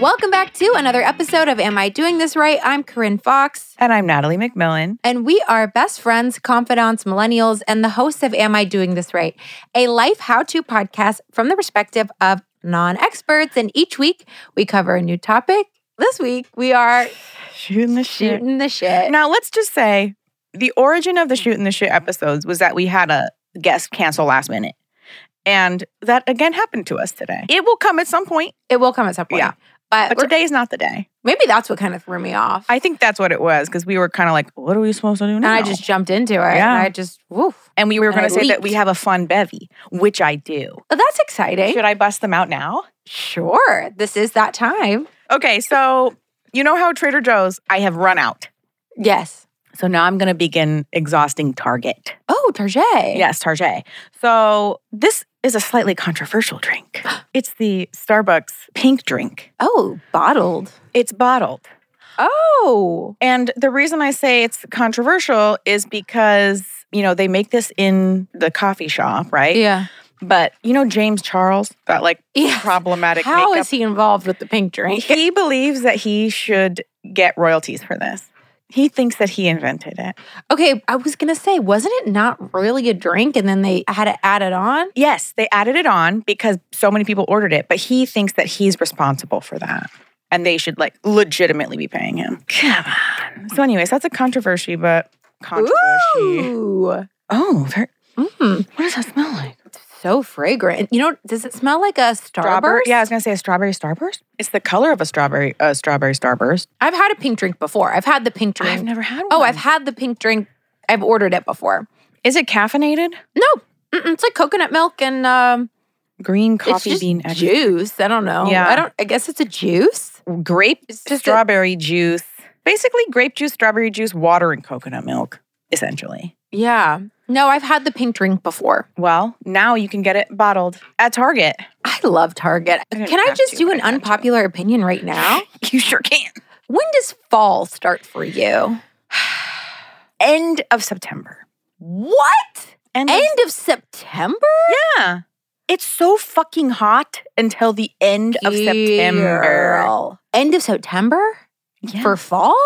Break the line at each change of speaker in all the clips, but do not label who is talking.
Welcome back to another episode of Am I Doing This Right? I'm Corinne Fox,
And I'm Natalie McMillan.
and we are best friends, confidants, millennials, and the hosts of Am I Doing This Right? A life how to podcast from the perspective of non experts. And each week we cover a new topic. This week we are
Shooting the shit.
shooting the shit.
Now, let's just say the origin of the shooting the shit episodes was that we had a guest cancel last minute. And that again happened to us today. It will come at some point,
It will come at some point.
Yeah.
But,
but
we're-
today's not the day.
maybe that's what kind of threw me off.
I think that's what it was because we were kind of like, what are we supposed to do
and
now?
I just jumped into it.
Yeah.
And I just, woof.
and we were
and
going
I
to say that we
leaked.
have a fun bevy, which I do.
Well, that's exciting.
Should I bust them out now?
Sure. This is that time.
Okay, so you know how Trader Joe's, I have run out.
Yes.
So now I'm going to begin exhausting Target.
Oh, Target.
Yes, Target. So this is a slightly controversial drink. It's the Starbucks pink drink.
Oh, bottled.
It's bottled.
Oh.
And the reason I say it's controversial is because, you know, they make this in the coffee shop, right?
Yeah.
But you know James Charles, that like
Yeah.
problematic
How
makeup.
is he involved with the pink drink?
he believes that he should get royalties for this. He thinks that he invented it.
Okay, I was gonna say, wasn't it not really a drink, and then they had to add it on?
Yes, they added it on because so many people ordered it, but he thinks that he's responsible for that. And they should like legitimately be paying him. Come on. So, anyways, that's a controversy, but controversy.
Ooh,
Oh, there,
mm,
what does that smell like?
so fragrant. You know, does it smell like a Starburst?
Strawberry. Yeah, I was gonna say a strawberry starburst. It's the color of a strawberry, a strawberry starburst.
I've had a pink drink before. I've had the pink drink.
I've never had one.
oh, I've had the pink drink. I've ordered it before.
Is it caffeinated?
No, Mm-mm, it's like coconut milk and um,
Green
it's
coffee
just
bean extract.
juice. I don't know.
Yeah.
I don't. I guess it's a juice.
grape
It's just a-
strawberry juice. Basically, grape juice, strawberry juice, water, and coconut milk, essentially.
Yeah. No, I've had the pink drink before.
Well, now you can get it bottled at Target.
I love Target.
didn't
Can I
have
just
to,
do
but
an
I had to.
unpopular opinion right now?
You sure can.
When does fall start for you?
End of September.
What?
End, of-
End of September?
yeah. It's so fucking hot until the end of September.
Girl. End of September
Yeah.
for fall?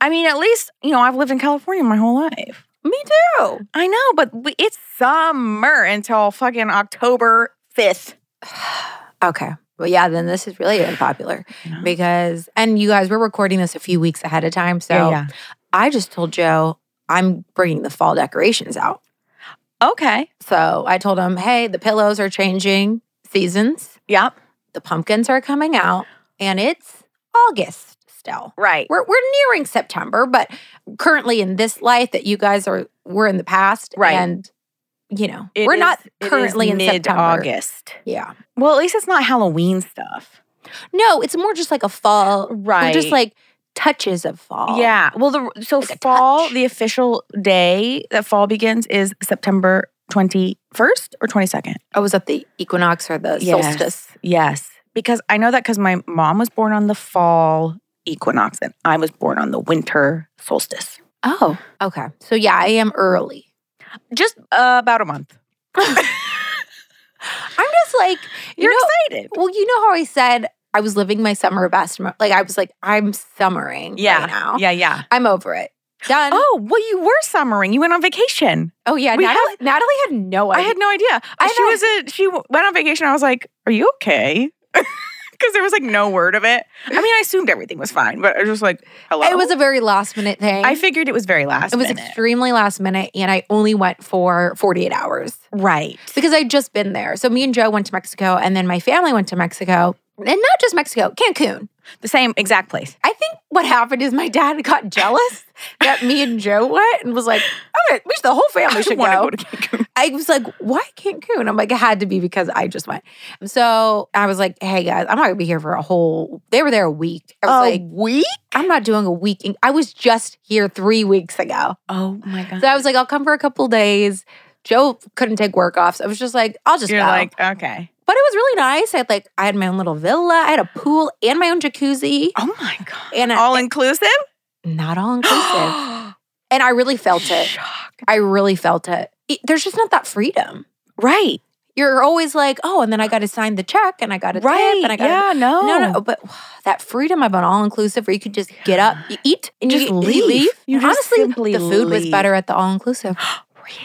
I mean, at least, you know, I've lived in California my whole life.
Me too.
I know, but w- it's summer until fucking October 5th.
Okay. Well, yeah, then this is really unpopular because, and you guys, we're recording this a few weeks ahead of time. So
Yeah, yeah.
I just told Joe I'm bringing the fall decorations out.
Okay.
So I told him, hey, the pillows are changing seasons,
Yep.
the pumpkins are coming out, and it's August still.
Right.
we're we're nearing September, but currently in this life that you guys are we're in the past,
Right.
And you know
It
we're
is-
not
it is
currently in September.
mid-August.
Yeah,
Well, at least it's not Halloween stuff.
no, it's more just like a fall, or
Right.
just like touches of fall.
Yeah. Well, the so
Like a
fall,
touch.
the official day that fall begins is September 21st or 22nd.
I was at Oh, the equinox or the
Yes.
solstice.
Yes. Because I know that because my mom was born on the fall equinox and I was born on the winter solstice.
Oh, okay. So yeah, I am early.
Just uh, about a month.
I'm just like you
You're
know-
excited.
Well, you know how I said I was living my summer best. mo- Like I was like I'm summering
Yeah.
right now.
Yeah, yeah.
I'm over it. Done. Oh,
Oh, well, you were summering. You went on vacation.
yeah.
we
Natalie, Natalie had no idea.
I had no idea.
I
she
know.
was a, she w- went on vacation. I was like, "Are you okay?" Because there was like no word of it. I mean, I assumed everything was fine, but I was just like, "Hello."
It was a very last minute thing.
I figured it was very last.
it was
minute.
extremely last minute, and I only went for 48 hours
right.
because I'd just been there. So me and Joe went to Mexico, and then my family went to Mexico, and not just Mexico, Cancun.
The same exact place.
I think what happened is my dad got jealous that me and Joe went and was like, "I'm gonna, we should, the whole family should
wanna
go."
to Cancun.
I was like, why Cancun? I'm like, it had to be because I just went. So I was like, hey guys, I'm not gonna be here for a whole. They were there a week. I was
A
like, week? I'm not doing a week. in- I was just here three weeks ago.
Oh my god.
So I was like, I'll come for a couple days. Joe couldn't take work off, so I was just like, I'll just
You're
go.
like, okay.
but it was really nice. I had like, I had my own little villa. I had a pool and my own jacuzzi,
Oh my god.
and I,
All inclusive.
not all inclusive. and I really felt it.
Shock.
I really felt it. It- There's just not that freedom.
Right.
you're always like, oh, and then I got to sign the check and I got to tip and I got to
yeah, Oh. no.
no, no, but that freedom of an all inclusive where you could just get up, you eat, and
Just
you you
leave. You just
Honestly,
simply
the food was
leave.
better at the all inclusive.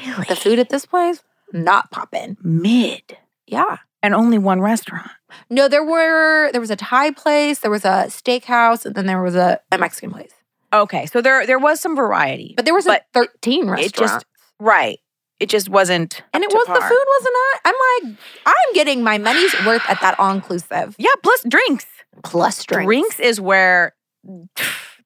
Really?
The food at this place, not popping.
mid
Yeah.
and only one restaurant.
No, there were there was a Thai place, there was a steakhouse, and then there was a, a Mexican place.
Okay, so there there was some variety,
But there was
But
a thirteen
it just-
restaurants,
right? It just wasn't, up
and it
to
was the
par.
food was not. I'm like, I'm getting my money's worth at that all inclusive
Yeah, plus drinks.
plus drinks.
is where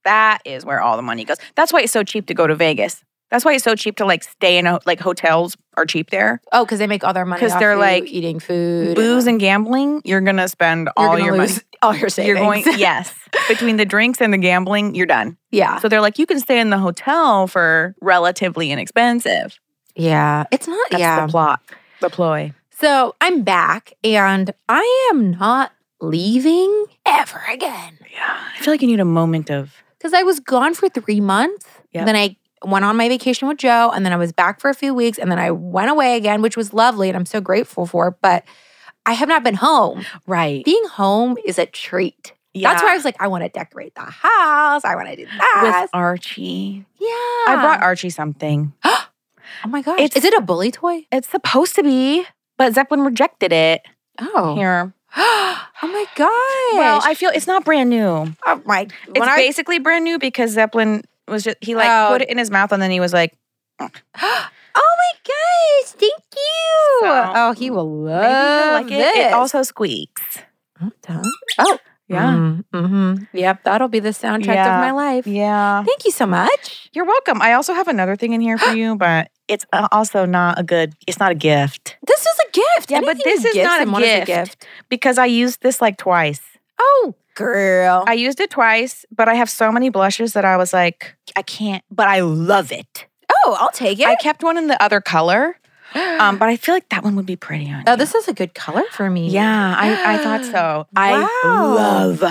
that is where all the money goes. That's why it's so cheap to go to Vegas. That's why it's so cheap to like stay in a, like hotels are cheap there.
Oh, because they make all their money
'Cause
off
they're
you
like,
eating food,
Booze and gambling, you're gonna spend
You're
all
gonna
your
lose
money.
all your savings.
You're going yes between the drinks and the gambling, you're done.
yeah,
So they're like, you can stay in the hotel for relatively inexpensive.
yeah. It's not.
That's
yeah,
the plot, the ploy.
So I'm back and I am not leaving ever again.
Yeah, I feel like you need a moment of
Because I was gone for three months.
Yep.
Then I went on my vacation with Joe and then I was back for a few weeks and then I went away again, which was lovely and I'm so grateful for. But I have not been home.
right.
Being home is a treat. That's why I was like, I want to decorate the house. I want to do that.
with Archie.
yeah.
I brought Archie something.
Oh my gosh.
it's-
Is it a bully toy?
It's supposed to be, but Zeppelin rejected it.
Oh.
Here.
oh my gosh.
Well, I feel it's not brand new.
oh my.
It's
when I-
basically brand new because Zeppelin was just he like
Oh.
put it in his mouth and then he was like,
oh my gosh, thank you.
So,
oh, he will
maybe he'll
love
like it. It
this.
also squeaks.
I'm done. Oh, Mm-hmm. Yep, that'll be the soundtrack
Yeah.
of my life.
Yeah.
Thank you so much.
You're welcome. I also have another thing in here for you, but it's uh, also not a good it's not a gift
This is a gift.
Yeah, but
Anything
this is
gifts
not a
and one
gift. because I used this like twice.
Oh, girl.
I used it twice, but I have so many blushes that I was like, I can't, but I love it.
oh, I'll take it.
I kept one in the other color, um, but I feel like that one would be pretty on.
oh,
you.
this is a good color for me.
Yeah, I, I thought so. I
Wow.
love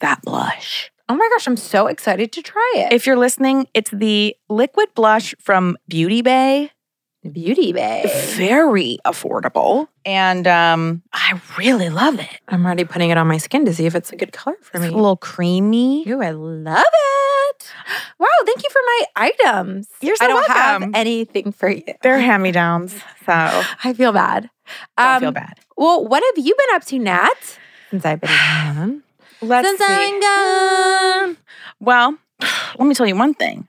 that blush.
Oh my gosh, I'm so excited to try it.
If you're listening, it's the liquid blush from Beauty Bay.
Beauty Bay.
Very affordable, and um, I really love it.
I'm already putting it on my skin to see if it's a good color for
It's
me.
a little creamy.
Ooh, I love it. Wow, thank you for my items.
You're so
I don't have
welcome.
anything for you.
They're hand me downs, so
I feel bad.
don't
Um,
feel bad.
Well, what have you been up to, Nat? Since I've been gone.
Let's
Since
see.
I'm gone.
Well, let me tell you one thing.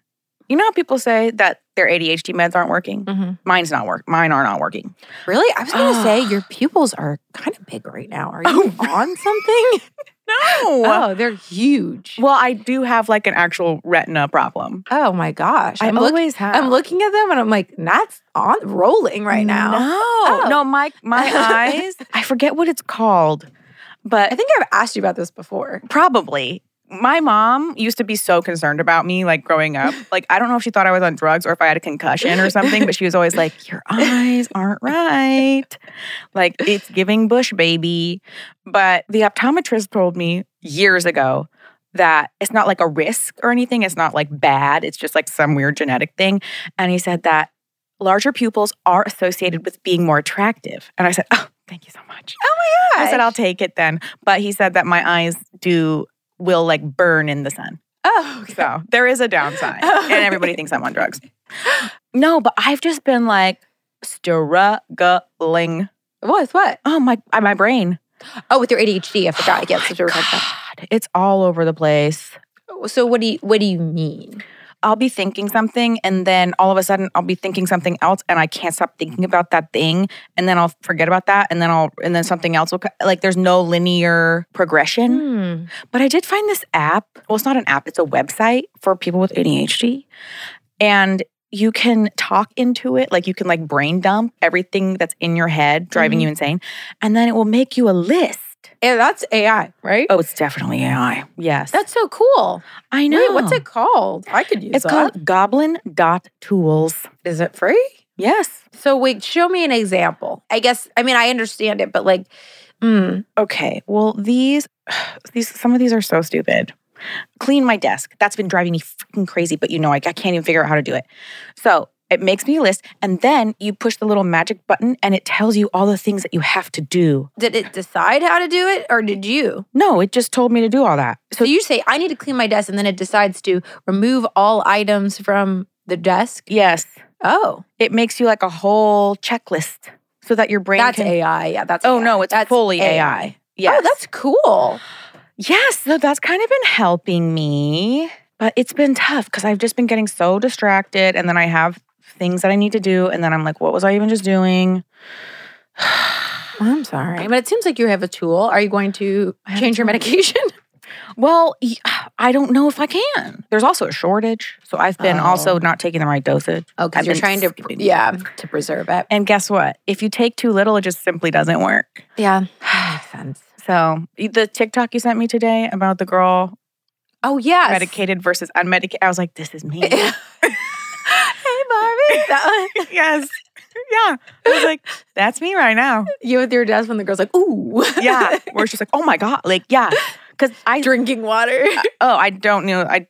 You know how people say that their ADHD meds aren't working?
Mhm.
Mine's not work. Mine are not working.
Really? I was going to
Ah.
say your pupils are kind of big right now. Are
Oh,
you on something?
No.
Oh, they're huge.
Well, I do have like an actual retina problem.
Oh my gosh. I'm, look-
have.
I'm looking at them and I'm like, Nat's on rolling right now.
No,
Oh.
no, my my eyes. I forget what it's called, but
I think I've asked you about this before.
probably my mom used to be so concerned about me, like growing up. Like I don't know if she thought I was on drugs or if I had a concussion or something, but she was always like, "Your eyes aren't right. Like it's giving bush baby." But the optometrist told me years ago that it's not like a risk or anything. It's not like bad. It's just like some weird genetic thing. And he said that larger pupils are associated with being more attractive. And I said, "Oh, thank you so much." I said I'll take it then. But he said that my eyes do will like burn in the sun.
Oh, okay.
So there is a downside. and everybody thinks I'm on drugs. No, but I've just been like struggling.
What? What?
Oh my uh, my brain. Oh
Oh, with your ADHD, I forgot. yes,
my
we were talking about-
God, It's all over the place.
So what do you what do you mean?
I'll be thinking something and then all of a sudden I'll be thinking something else and I can't stop thinking about that thing and then I'll forget about that and then I'll and then something else will co- like there's no linear progression.
Hmm.
But I did find this app. Well, it's not an app, it's a website for people with ADHD. And you can talk into it, like you can like brain dump everything that's in your head driving
Mhm.
you insane. And then it will make you a list.
Yeah, that's AI, right?
Oh, it's definitely AI. Yes.
That's so cool.
I know.
Wait, what's it called? I could use
It's
that.
called Goblin Dot Tools.
Is it free?
Yes.
So wait, show me an example. I guess I mean I understand it, but like, mm,
Okay. Well, these these some of these are so stupid. Clean my desk. That's been driving me freaking crazy, but you know I, I can't even figure out how to do it. So It makes me a list, and then you push the little magic button, and it tells you all the things that you have to do.
Did it decide how to do it or did you?
No, it just told me to do all that.
So you say, I need to clean my desk, and then it decides to remove all items from the desk.
Yes,
Oh,
it makes you like a whole checklist so that your brain
that's
can.
AI. Yeah, that's
Oh
AI.
no, it's
That's
fully AI. Yes.
Oh, that's cool.
Yes, so that's kind of been helping me, but it's been tough because I've just been getting so distracted and then I have things that I need to do and then I'm like, what was I even just doing?
I'm sorry, but it seems like you have a tool. Are you going to
I have a
change your
tool.
medication?
Well, y- I don't know if I can. There's also a shortage, so I've been
Oh.
also not taking the right dosage.
Oh, because
I've
you're
been
trying to, pr-
skipping.
yeah, to preserve it.
And guess what? If you take too little, it just simply doesn't work.
Yeah, that makes sense.
So the TikTok you sent me today about the girl
Oh yes,
medicated versus unmedicated, I was like, this is me.
hey, Barbie, that one.
yes. Yeah. I was like, that's me right now.
You with your desk when the girl's like, ooh,
yeah where she's like oh my god like yeah because i
drinking water.
oh i don't know i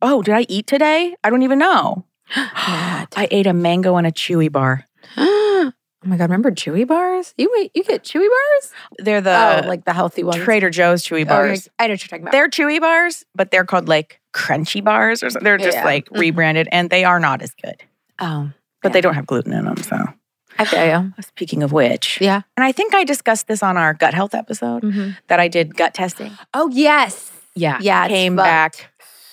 oh did i eat today i don't even know i ate a mango and a chewy bar
oh my god, remember Chewy bars? You wait, you get Chewy bars?
they're the
oh, like the healthy ones.
trader joe's
Oh,
chewy
you're-
bars
I know what you're talking about.
they're chewy bars but they're called like crunchy bars or something they're just
Yeah.
like
Mhm. rebranded,
rebranded and they are not as good
oh,
but
Yeah.
they don't have gluten in them so
I feel you.
speaking of which
Yeah.
and i think i discussed this on our gut health episode
Mhm.
that i did gut testing
Oh yes,
yeah
yeah, it's
came
fucked.
back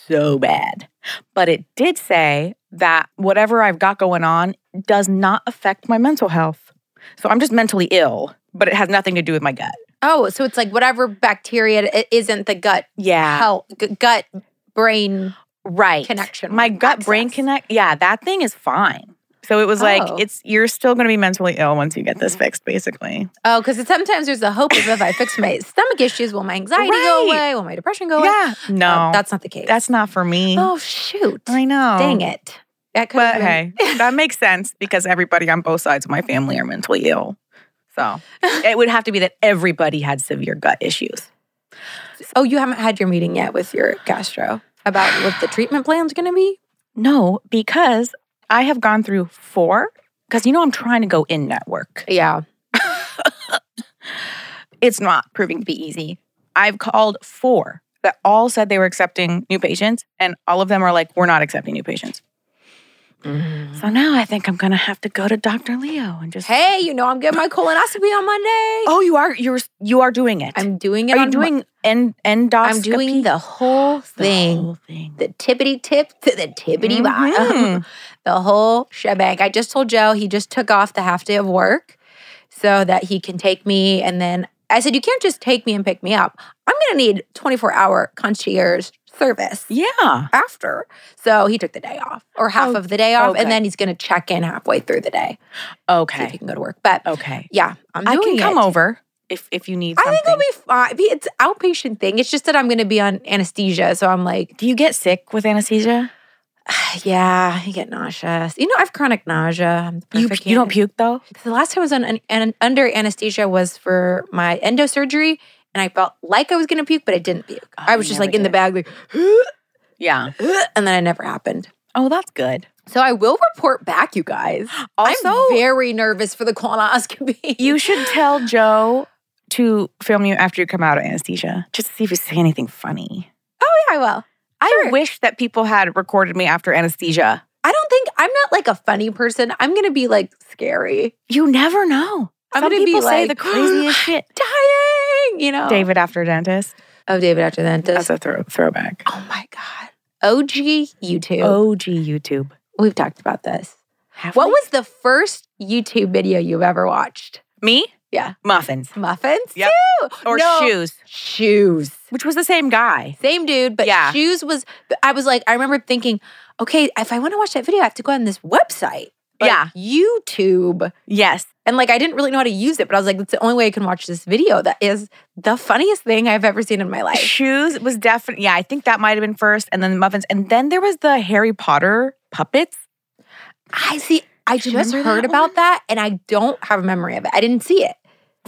so bad. But it did say that whatever I've got going on does not affect my mental health. So I'm just mentally ill, but it has nothing to do with my gut.
Oh, so it's like whatever bacteria it isn't the gut
Yeah.
health, g- gut brain
Right.
connection.
My gut brain
access.
connect. Yeah, that thing is fine. So it was
Oh. Mm.
like it's you're still going to be mentally ill once you get this fixed basically.
Oh, because sometimes there's the hope of if I fix my stomach issues, will my anxiety go
Right.
away? Will my depression go away?
yeah. No.
Um,
that's
that's not the case.
that's not for me.
oh shoot!
I know.
Dang it! That could have
But
been.
hey, that makes sense because everybody on both sides of my family are mentally ill. So it would have to be that everybody had severe gut issues.
Oh, you haven't had your meeting yet with your gastro about what the treatment plan's going to be.
No, because I have gone through four, because you know I'm trying to go in network.
Yeah.
It's not proving to be easy. I've called four that all said they were accepting new patients, and all of them are like, we're not accepting new patients.
Mm-hmm.
So now I think I'm gonna have to go to Dr. Leo and just
Hey, you know I'm getting my colonoscopy on Monday.
Oh, you are you're you are doing it.
I'm doing it.
are you
on Mon-
doing end endoscopy?
I'm doing the whole thing.
The whole thing.
the tippity tip to the tippity bottom,
Mhm.
the whole shebang. I just told Joe he just took off the half day of work so that he can take me. And then I said, You can't just take me and pick me up. I'm going to need 24 hour concierge service
Yeah.
after. So he took the day off or half
Oh,
of the day off.
okay.
And then he's going to check in halfway through the day. See if he
Okay.
can go to work. But
Okay.
yeah, I'm
I
doing
can come
it.
over if if you need
I
something.
think I'll be fine. It's outpatient thing. It's just that I'm going to be on anesthesia. So I'm like,
Do you get sick with anesthesia?
Yeah, I get nauseous. You know, I have chronic nausea. I'm the
You
perfect
you don't
candidate.
puke though?
The last time I was on an, an, under anesthesia was for my endo surgery, and I felt like I was gonna puke, but I didn't puke.
Oh,
I
you
was just
never
like in the
did.
bag, like,
Yeah.
and then it never happened.
Oh, that's good.
So I will report back, you guys.
Also,
I'm very nervous for the colonoscopy.
you should tell Joe to film you after you come out of anesthesia, just to see if you say anything funny.
Oh yeah, I will.
I
Sure.
wish that people had recorded me after anesthesia.
I don't think I'm not like a funny person. I'm gonna be like scary,
You never know.
I'm
Some
gonna be
people
like,
say the craziest shit.
dying. You know,
David after dentist.
Oh, David after that. does-
Oh. That's a throw, throwback.
Oh my god. OG YouTube.
OG YouTube.
We've talked about this.
Have
What
we?
was the first YouTube video you've ever watched?
me?
Yeah.
Muffins
Muffins?
Yep.
too.
or
No.
shoes,
Shoes.
which was the same guy.
Same dude, but
Yeah.
shoes was, I was like, I remember thinking, okay, if I want to watch that video, I have to go on this website. like
Yeah.
YouTube.
Yes.
And like, I didn't really know how to use it, but I was like, that's the only way I can watch this video. That is the funniest thing I've ever seen in my life.
Shoes was definitely, yeah, I think that might have been first, and then muffins. And then there was the Harry Potter puppets.
I see, I
Do you
just
remember
heard
that
about
one?
that and I don't have a memory of it. I didn't see it.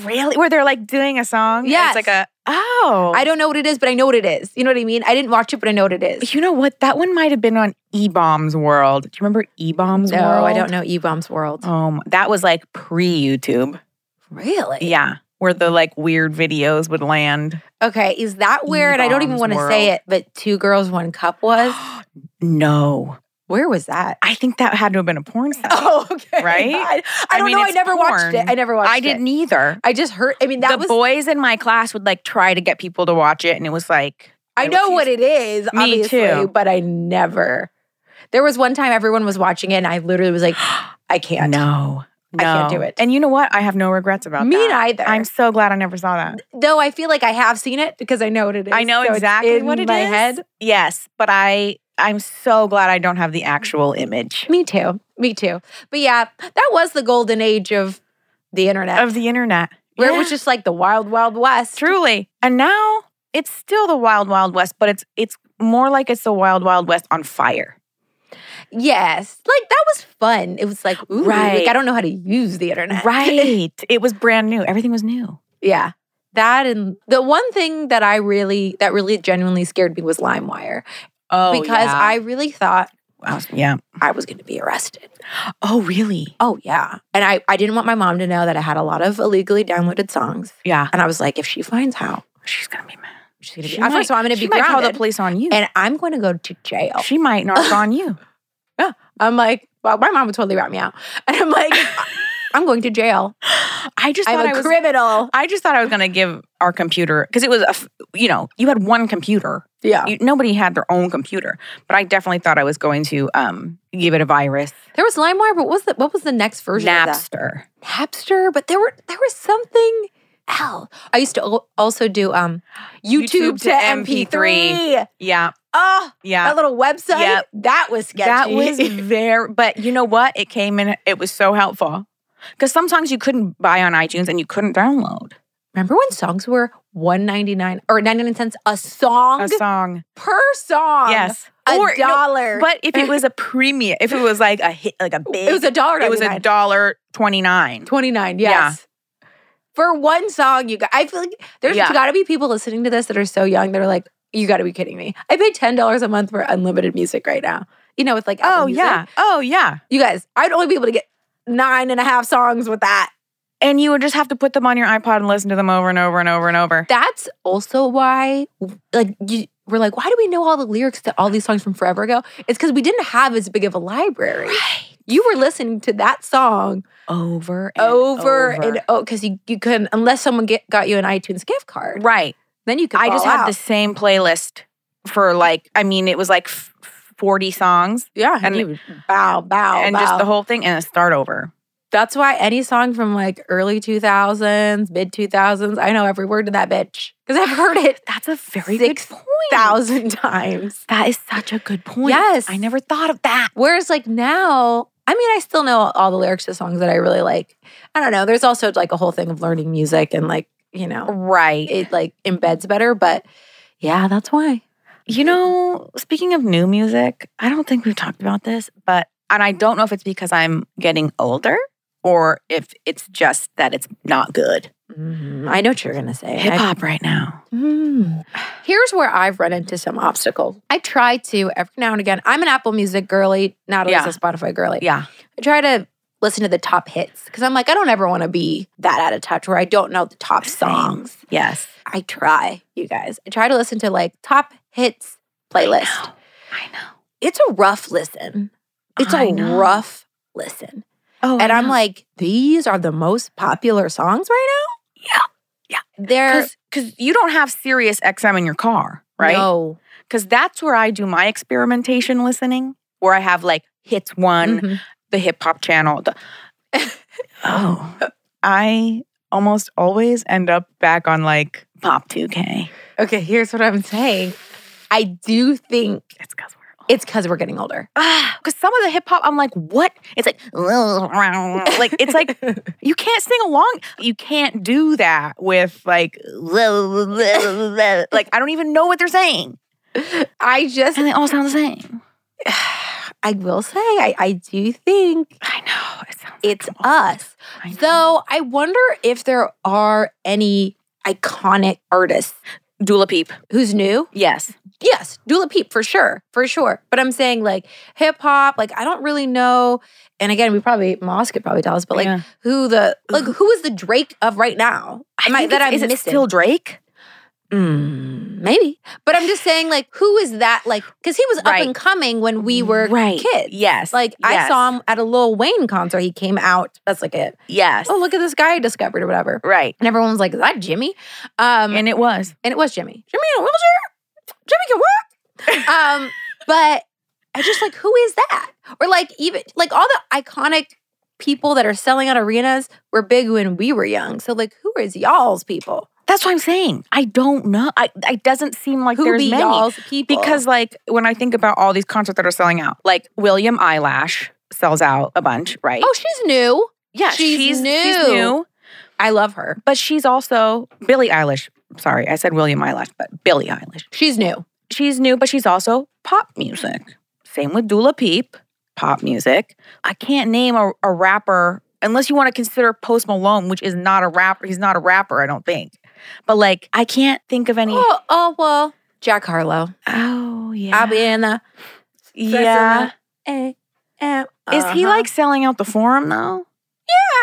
Really? Where they're like doing a song. and
Yes.
It's like a, Oh.
I don't know what it is, but I know what it is. You know what I mean? I didn't watch it, but I know what it is.
you know what? That one might have been on E Bombs World. Do you remember E Bombs
No,
World?
I don't know E Bomb's World.
Um, that was like pre YouTube.
Really?
Yeah. Where the like weird videos would land.
Okay, is that where? And I don't even want
E-bombs
to say
world.
it, but Two Girls, One Cup was.
no.
Where was that?
I think that had to have been a porn site.
Oh, okay.
Right?
I, I
I
don't
mean,
know. I
it's
never watched it.
porn.
I never watched it.
I didn't either.
I just heard. I mean, that
the
was.
boys in my class would like try to get people to watch it, and it was like
I
I
know
refuse-
what it is,
Me
obviously,
too.
but I never. There was one time everyone was watching it, and I literally was like, I can't.
no,
I can't
no.
do it.
And you know what? I have no regrets about
Me
that.
neither.
I'm so glad I never saw that.
Though I feel like I have seen it because I know what it is.
I know
so it's
exactly
in
what it is.
my head.
Yes, but I I'm so glad I don't have the actual image
Me too. Me too. But yeah, that was the golden age of the internet,
of the internet.
where it
Yeah.
was just like the wild, wild west.
Truly. And now it's still the Wild Wild West, but it's it's more like it's the Wild Wild West on fire.
Yes. Like that was fun. It was like, ooh, like
Right.
I don't know how to use the internet.
Right. it was brand new. Everything was new.
Yeah. That and the one thing that I really that really genuinely scared me was LimeWire
Oh,
because I really thought
I was, yeah.
I was going to be arrested.
Oh, really?
Oh yeah. And I I didn't want my mom to know that I had a lot of illegally downloaded songs.
Yeah.
And I was like if she finds out,
She's gonna be mad.
she's going to
She
be uh, first of all I'm going to
she
be
might call
grounded
the police on you.
and I'm going to go to jail.
she might knock on you.
I'm like, well, my mom would totally rat me out. And I'm like I'm going to jail.
I just thought
I'm
I
a
was.
criminal.
I just thought I was gonna give our computer because it was a, f- you know, you had one computer.
Yeah.
You, nobody had their own computer, but I definitely thought I was going to um give it a virus.
There was LimeWire, but what was the what was the next version? Of that?
Napster.
Napster, but there were there was something else. I used to al- also do um YouTube, to
YouTube to
MP3.
MP3. Yeah.
Oh,
Yeah.
that little website
Yep.
that was sketchy.
That was very, but you know what? It came in, it was so helpful. Because sometimes you couldn't buy on iTunes and you couldn't download
remember when songs were one ninety nine or ninety nine cents a song,
a song.
per song.
Yes.
a
Or, you know,
dollar.
But if it was a premium, if it was like a hit, like a big,
it was a dollar.
it was a dollar 29.
twenty nine.
Yeah.
Yes. For one song, you got. I feel like there's
Yeah.
got to be people listening to this that are so young that are like, "You got to be kidding me! I pay ten dollars a month for unlimited music right now." You know, with like Apple
Oh,
Music.
yeah. Oh, yeah.
You guys, I'd only be able to get nine and a half songs with that.
And you would just have to put them on your iPod and listen to them over and over and over and over.
That's also why, like, you, we're like, why do we know all the lyrics to all these songs from forever ago? It's because we didn't have as big of a library.
Right.
You were listening to that song
Over and
over, and oh, because you, you couldn't, unless someone get, got you an iTunes gift card,
Right.
then you could.
I just
ball
had
out.
the same playlist for like, I mean, it was like f- 40 songs.
yeah, and,
and-
you would bow, bow,
and
bow.
just the whole thing and a start over.
That's why any song from like early two thousands, mid two thousands, I know every word to that bitch because I've heard it
That's a
six thousand times.
That is such a good point.
Yes.
I never thought of that.
Whereas like now, I mean, I still know all the lyrics to songs that I really like. I don't know. There's also like a whole thing of learning music and like, you know,
Right.
it like embeds better. But yeah, that's why.
You know, speaking of new music, I don't think we've talked about this, but and I don't know if it's because I'm getting older or if it's just that it's not good.
Mhm. I know what you're gonna say.
Hip
I-
hop right now.
Mm. Here's where I've run into some obstacle. I try to every now and again. I'm an Apple Music girly, not always
Yeah.
a Spotify girly.
Yeah.
I try to listen to the top hits because I'm like, I don't ever want to be that out of touch where I don't know the top
Same.
songs.
Yes.
I try, you guys. I try to listen to like top hits playlist.
I know.
It's a rough listen. It's
I
a
know.
rough listen.
Oh,
and
I
I'm
know.
like, these are the most popular songs right now?
Yeah,
Yeah. They're
Cause, 'cause you don't have Sirius XM in your car, right?
No.
Because that's where I do my experimentation listening, where I have like hits one,
Mhm.
the hip hop channel. the- oh, I almost always end up back on like Pop 2K.
Okay, here's what I'm saying. I do think
It's because we're
it's because we're getting older.
because Ah, some of the hip hop, I'm like, what? It's like, like it's like you can't sing along. You can't do that with like, like I don't even know what they're saying,
I just,
and they all sound the same.
I will say, I, I do think
I know it sounds.
it's
I'm old.
us.
I know.
Though I wonder if there are any iconic artists
Dula Peep.
who's new.
Yes.
Yes, Dula Peep for sure, for sure. But I'm saying like hip hop, like I don't really know. And again, we probably Moss could probably tell us, but like
Yeah.
who the like who is the Drake of right now? Am I,
think
that
it's-
I'm
is
missing?
it still Drake? Hmm.
Mm, maybe, but I'm just saying like who is that? Like because he was up
Right.
and coming when we were
right.
kids.
Yes.
Like I
yes,
saw him at a Lil Wayne concert. He came out. That's like it.
Yes.
Oh, look at this guy I discovered or whatever.
Right.
And everyone was like, "Is that Jimmy?" Um,
And it was.
and it was Jimmy. Jimmy in a wheelchair. Jimmy can walk. um, but I just like, who is that? Or like even like all the iconic people that are selling out arenas were big when we were young. So like, who is y'all's people?
That's what I'm saying. I don't know. I it doesn't seem like
who
there's
be
many.
y'all's people?
Because like when I think about all these concerts that are selling out, like William Eyelash sells out a bunch, right?
oh, she's new.
yeah,
she's
she's
new.
new,
I love her.
but she's also Billie Eilish. Sorry, I said William Eyelash, but Billie Eilish.
She's new.
She's new, but she's also pop music. Same with Dula Peep, pop music. I can't name a, a rapper unless you want to consider Post Malone, which is not a rapper. He's not a rapper, I don't think. But like, I can't think of any.
Oh, oh well, Jack Harlow.
Oh, yeah,
I'll be in the
yeah.
A. M.
Is he
Uh-huh.
like selling out the forum though?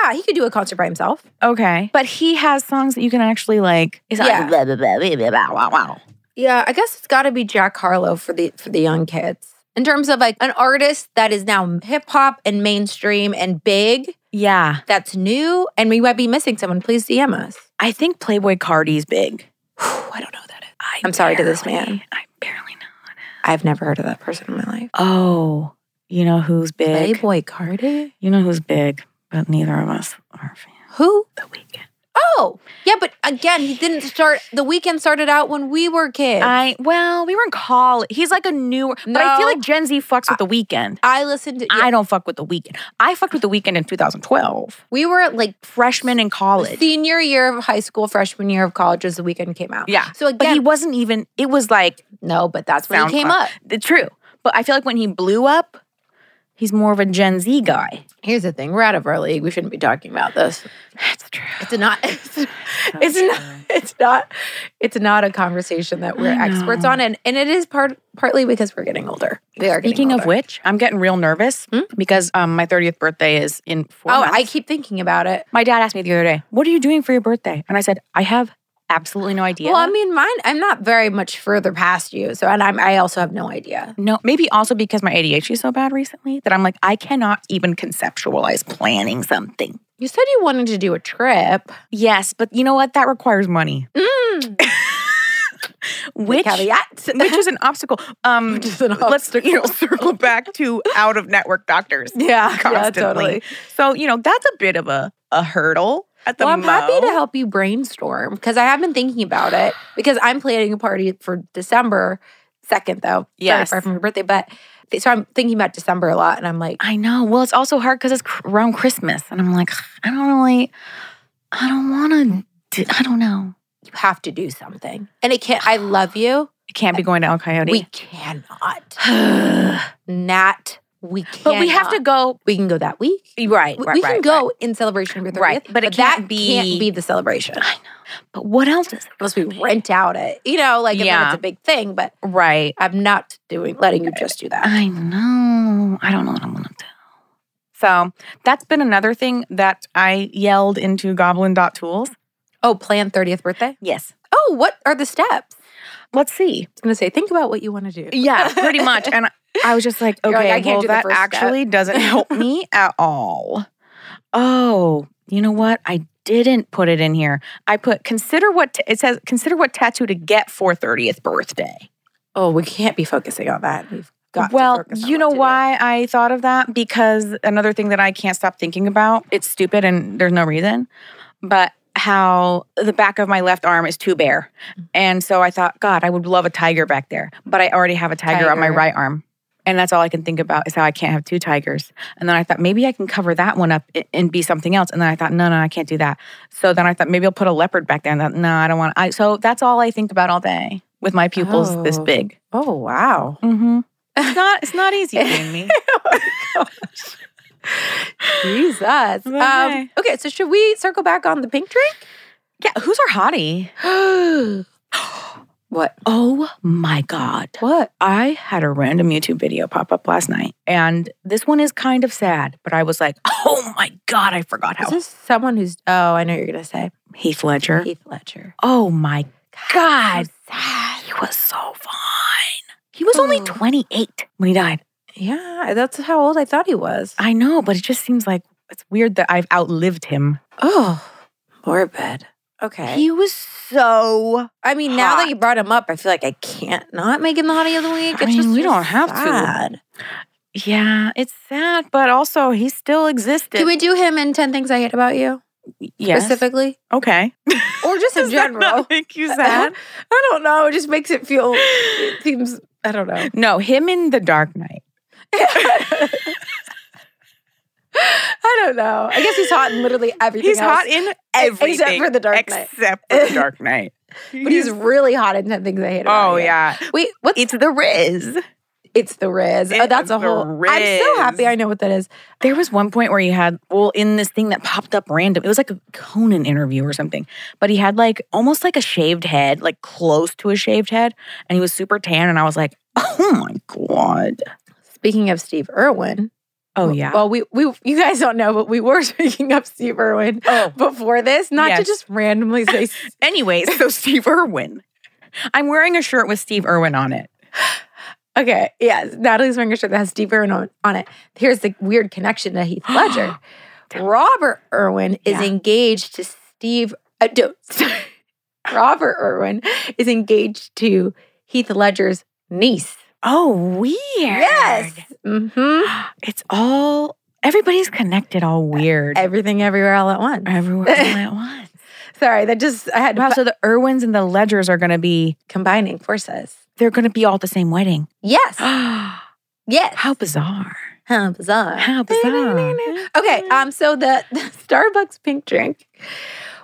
yeah? He could do a concert by himself.
Okay. But he has songs that you can actually like. It's not
Yeah.
like blah, blah, blah, blah, blah, blah, wow, wow.
Yeah, I guess it's got to be Jack Harlow for the for the young kids. In terms of like an artist that is now hip hop and mainstream and big,
Yeah.
that's new, and we might be missing someone. Please DM us.
I think Playboy Cardi's big.
Whew, I don't know who that is.
I
I'm sorry to this man.
I barely know.
I've never heard of that person in my life.
Oh, you know who's big?
Playboy Cardi?
You know who's big, but neither of us are fans.
Who?
The weekend.
Oh, yeah, but again, he didn't start. The weekend started out when we were kids. I,
I well, we were in college. He's like a newer, but I feel
No.
like Gen Z fucks with the weekend.
listened to.
I don't fuck with the weekend. I fucked with the weekend in 2012,
we were at like
freshman in college.
senior year of high school, freshman year of college as the weekend came out.
Yeah.
So
But
again,
he wasn't even. It was like
no, but that's when he came
SoundCloud.
up.
the true. But I feel like when he blew up, he's more of a Gen Z guy.
Here's the thing: we're out of our league. We shouldn't be talking about this.
That's true.
It's not. It's, it's not. It's not. It's not a conversation that we're
I
experts
know.
on, and and it is part partly because we're getting older. We are. getting
Speaking of
older.
which, I'm getting real nervous
Hmm?
because um, my 30th birthday is in four
oh,
months.
I keep thinking about it.
my dad asked me the other day, "What are you doing for your birthday?" And I said, "I have absolutely no idea."
Well, I mean, mine. I'm not very much further past you, so and I'm. I also have no idea.
no, maybe also because my ADHD is so bad recently that I'm like, I cannot even conceptualize planning something.
You said you wanted to do a trip.
Yes, but you know what? That requires money,
Mm,
which
caveat?
which is an obstacle. Um,
Which is an
let's you know,
obstacle.
circle back to out of network doctors.
yeah, yeah,
constantly.
totally.
So you know that's a bit of a a hurdle at the
well, I'm happy to
mo.
help you brainstorm because I have been thinking about it because I'm planning a party for December second, though.
Yes.
very far from your birthday, but th- so I'm thinking about December a lot, and I'm like,
I know. Well, it's also hard because it's cr- around Christmas, and I'm like, I don't really, I don't want to. I don't know.
you have to do something, and it can't. I love you.
It can't be going to El Coyote.
We cannot,
but
Nat. We can't.
we have to go.
We can go that week.
Right,
We, we can go in celebration of your 30th,
Right, but it
that
can't be-
can't be the celebration
But what else is
unless we rent out it. You know, like yeah.
Yeah.
it's a big thing, but
right?
I'm not doing letting you just do that.
I know. I don't know what I'm gonna do. So that's been another thing that I yelled into Goblin.tools.
Oh, plan 30th birthday.
Yes.
Oh, what are the steps?
Let's see.
It's gonna say, think about what you want to do.
Yeah, pretty much. And I was just like,
You're like,
okay,
I can't
well,
do the
that
first step.
actually doesn't help me at all. Oh, you know what? I didn't put it in here. I put consider what t- it says. Consider what tattoo to get for thirtieth birthday.
Oh, we can't be focusing on that. We've got. to
well,
focus on
you
what
know
to do.
why I thought of that because another thing that I can't stop thinking about. It's stupid and there's no reason, but how the back of my left arm is too bare,
Mm-hmm.
and so I thought, God, I would love a tiger back there, but I already have a tiger. on my
Tiger.
right arm. And that's all I can think about is how I can't have two tigers. And then I thought maybe I can cover that one up a- and be something else. And then I thought, no, no, I can't do that. So then I thought maybe I'll put a leopard back there. And then, no, I don't want. I so that's all I think about all day with my pupils this
Oh.
big.
Oh wow.
Mm-hmm. It's not. It's not easy being me.
Jesus. Um,
Okay.
okay, so should we circle back on the pink drink?
Yeah, who's our hottie?
what?
Oh my God.
What?
I had a random YouTube video pop up last night, and this one is kind of sad, but I was like, oh my God, I forgot
Is
how.
this someone who's? Oh, I know what you're gonna say
Heath Ledger.
Heath Ledger.
Oh my God.
So sad.
He was so fine. He was only
Oh.
28 when he died.
Yeah, that's how old I thought he was.
I know, but it just seems like it's weird that I've outlived him.
Oh, morbid. Okay.
He was so.
I mean, now that you
hot.
brought him up, I feel like I can't not make him the hottie of the week.
I
It's just
mean, we
so
don't have to.
sad.
Yeah, it's sad, but also he still existed.
Can we do him in Ten Things I Hate About You
Yes.
specifically,
Okay.
or just in
Does that not
general?
make you sad.
I don't know. It just makes it feel. It seems. I don't know.
no, him in The Dark Knight.
I don't know. I guess he's hot in literally everything.
He's
else,
hot in everything
except for the Dark Knight.
Except for The Dark Knight.
But he's really hot in Ten Things I Hate About
Oh
You.
yeah,
Wait, what's
it's the Riz.
It's the Riz. oh,
It's
that's a
the
whole. I'm so
Riz.
happy I know what that is.
There was one point where he had well in this thing that popped up random. It was like a Conan interview or something, but he had like almost like a shaved head, like close to a shaved head, and he was super tan. And I was like, oh my god.
Speaking of Steve Irwin.
Oh
w-
yeah.
Well, we we you guys don't know, but we were speaking of Steve Irwin
Oh.
before this, not to
Yes.
just randomly say. s-
Anyways, so Steve Irwin. I'm wearing a shirt with Steve Irwin on it.
okay, yes, Natalie's wearing a shirt that has Steve Irwin on, on it. Here's the weird connection to Heath Ledger. Robert Irwin is
Yeah.
engaged to Steve. Uh, no, sorry. Robert Irwin is engaged to Heath Ledger's niece.
Oh, weird.
Yes. hmm
It's all everybody's connected all weird.
Everything, everywhere, all at once.
Everywhere all at once.
Sorry, that just I had to
Wow, so the Irwins and the Ledgers are gonna be
combining forces.
they're gonna be all at the same wedding.
Yes,
How
yes.
bizarre.
How bizarre.
How bizarre.
Okay, um, so the, the Starbucks pink drink,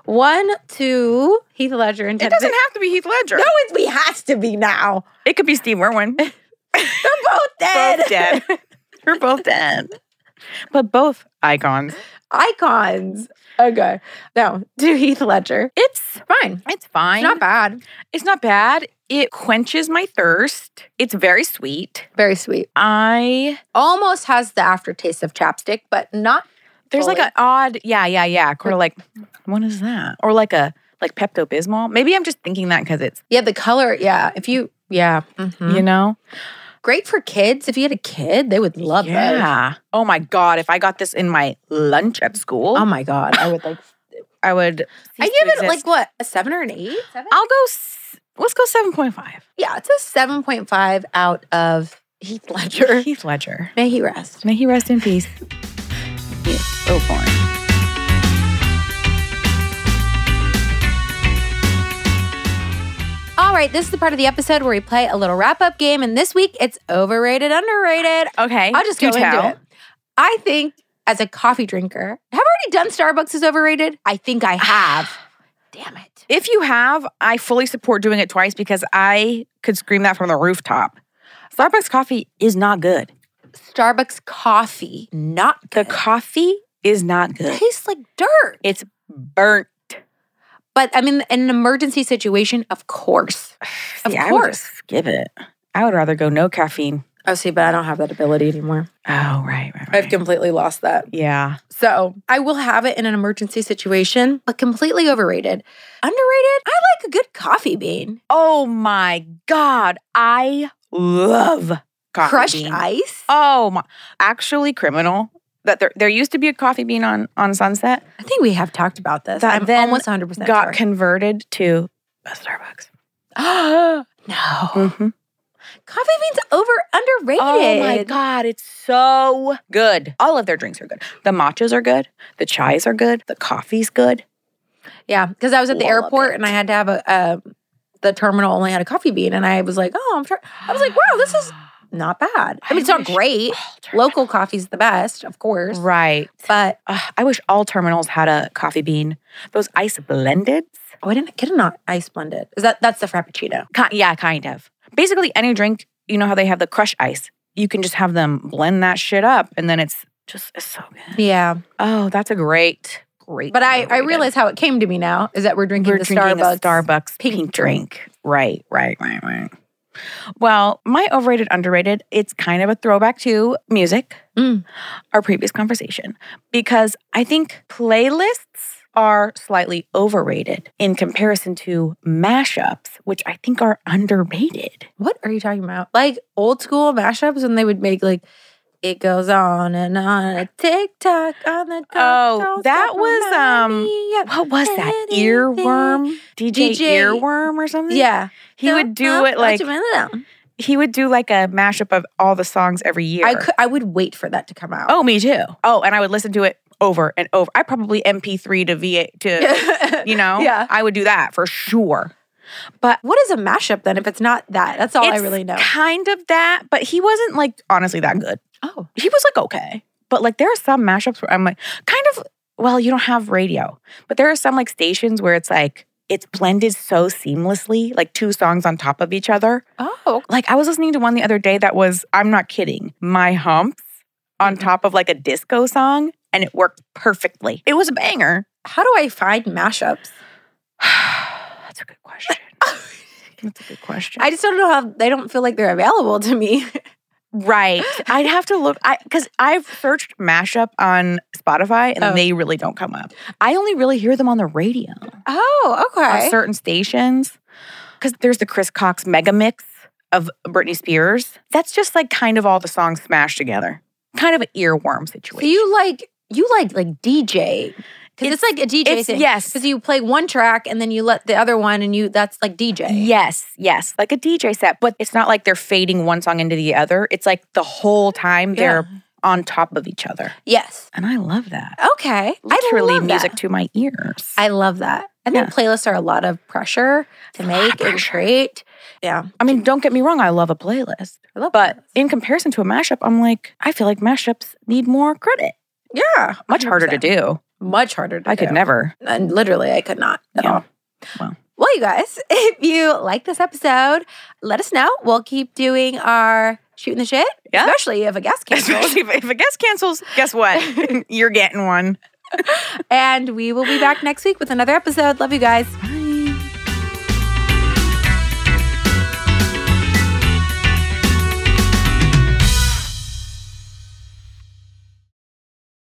one to Heath Ledger and
It
Ted-
doesn't have to be Heath Ledger.
No, it we has to be now.
It could be Steve Irwin.
They're both dead.
Both dead. We're both dead. But both icons.
Icons. Okay, no to Heath Ledger.
It's
Fine,
it's fine.
it's not bad.
It's not bad. It quenches my thirst. It's very sweet.
Very sweet.
I
Almost has the aftertaste of chapstick, but not.
there's like
Fully.
an odd yeah yeah yeah kind of like what is that or like a like Pepto Bismol. Maybe I'm just thinking that because it's
Yeah, the color. Yeah, if you. Yeah, mhm.
you know
great for kids. If you had a kid, they would love those.
yeah. Oh my god! If I got this in my lunch at school,
Oh my god, I would like.
I would.
I
cease
give
to
it like
exist.
what a seven or an eight. Seven?
I'll go. s- Let's go seven point five.
Yeah, it's a seven point five out of Heath Ledger.
Heath Ledger.
May he rest.
May he rest in peace. Yeah,
Oh,
so boring.
All right, this is the part of the episode where we play a little wrap up game, and this week it's overrated, underrated.
Okay,
I'll just
do
go into it. I think as a coffee drinker, have I already done Starbucks is overrated? I think I have. Damn it.
If you have, I fully support doing it twice because I could scream that from the rooftop. Starbucks coffee is not good.
Starbucks coffee, not
The
good.
coffee is not good.
tastes like dirt.
It's burnt.
But I mean, in an emergency situation, of course. Of
See, I would
course.
just skip it. I would rather go no caffeine.
Oh, see, but I don't have that ability anymore.
Oh, right, right, right.
I've completely lost that.
yeah.
So I will have it in an emergency situation, but completely overrated. Underrated? I like a good coffee bean.
Oh my God. I love coffee.
Crushed
beans.
ice?
Oh my actually criminal. That there, there used to be a coffee bean on, on Sunset
I think we have talked about this.
That
I'm
then
almost 100%
got
sure.
converted to a Starbucks.
no. Coffee
Mhm.
beans over underrated.
Oh my god, it's so good. All of their drinks are good. The matchas are good. The chais are good. The coffee's good.
Yeah, because I was at the
Love
airport
it.
and I had to have a, a the terminal only had a coffee bean and I was like, oh, I'm sure. I was like, wow, this is not bad. I mean,
I
it's not
wish-
great. Local coffee's the best, of course,
right.
but
Ugh, I wish all terminals had a coffee bean. Those ice blended.
oh, I didn't get an ice blended. Is that that's the frappuccino?
Ki- yeah, kind of. Basically, any drink. You know how they have the crush ice. You can just have them blend that shit up, and then it's just it's so good.
Yeah,
Oh, that's a great great.
But I,
way
I
to-
realize how it came to me now is that we're drinking
we're
the
drinking
Starbucks.
a Starbucks
pink
pink, drink. Right, right, right, right. Well, my overrated, underrated, it's kind of a throwback to music,
Mm.
our previous conversation, because I think playlists are slightly overrated in comparison to mashups, which I think are underrated.
What are you talking about? Like old school mashups when they would make like it goes on and on a TikTok on the
Oh,
don't
that
stop
was, um,
reminding me of
What was that?
anything.
Earworm? DJ,
DJ.
Earworm or something?
Yeah. Uh-huh.
He would do it like, he would do like a mashup of all the songs every year.
I could I would wait for that to come out.
Oh, me too. Oh, and I would listen to it over and over. I probably MP3 to V8 to, you know,
Yeah.
I would do that for sure.
What is a mashup then if it's not that? That's all I
It's
really know.
Kind of that, but he wasn't like honestly that good.
Oh.
He was like okay, but like there are some mashups where I'm like kind of well, you don't have radio, but there are some like stations where it's like it's blended so seamlessly, like two songs on top of each other.
Oh.
Like I was listening to one the other day that was, I'm not kidding, my humps on top of like a disco song, and it worked perfectly. It was a banger.
How do I find mashups?
That's a good question. That's a good question.
I just don't know how they don't feel like they're available to me.
right. I'd have to look I because I've searched mashup on Spotify and
Oh.
they really don't come up. I only really hear them on the radio
Oh, okay.
on certain stations. Cause there's the Chris Cox mega mix of Britney Spears. That's just like kind of all the songs smashed together. Kind of an earworm
So
situation.
you like you like like DJ because it's, like a DJ
it's,
thing.
yes.
because you play one track and then you let the other one and you that's like DJ.
Yes, yes, like a DJ set, but it's not like they're fading one song into the other. It's like the whole time they're on top of each other.
Yes.
And I love that.
Okay. I
Literally
love
music
That.
to my ears. I,
I love that. I
Yeah.
think playlists are a lot of pressure to
a lot of
make and
pressure.
create. Yeah.
I mean, don't get me wrong, I love a playlist.
I love
But
playlists.
in comparison to a mashup, I'm like, I feel like mashups need more credit.
yeah,
Much harder to
100%.
do.
Much harder to
I could
do.
never.
and literally I could not at
Yeah.
all.
Wow.
Well, you guys, if you like this episode, let us know. We'll keep doing our shooting the shit,
Yeah.
especially if a guest cancels.
Especially if, if a guest cancels, guess what? You're getting one.
and we will be back next week with another episode. Love you guys.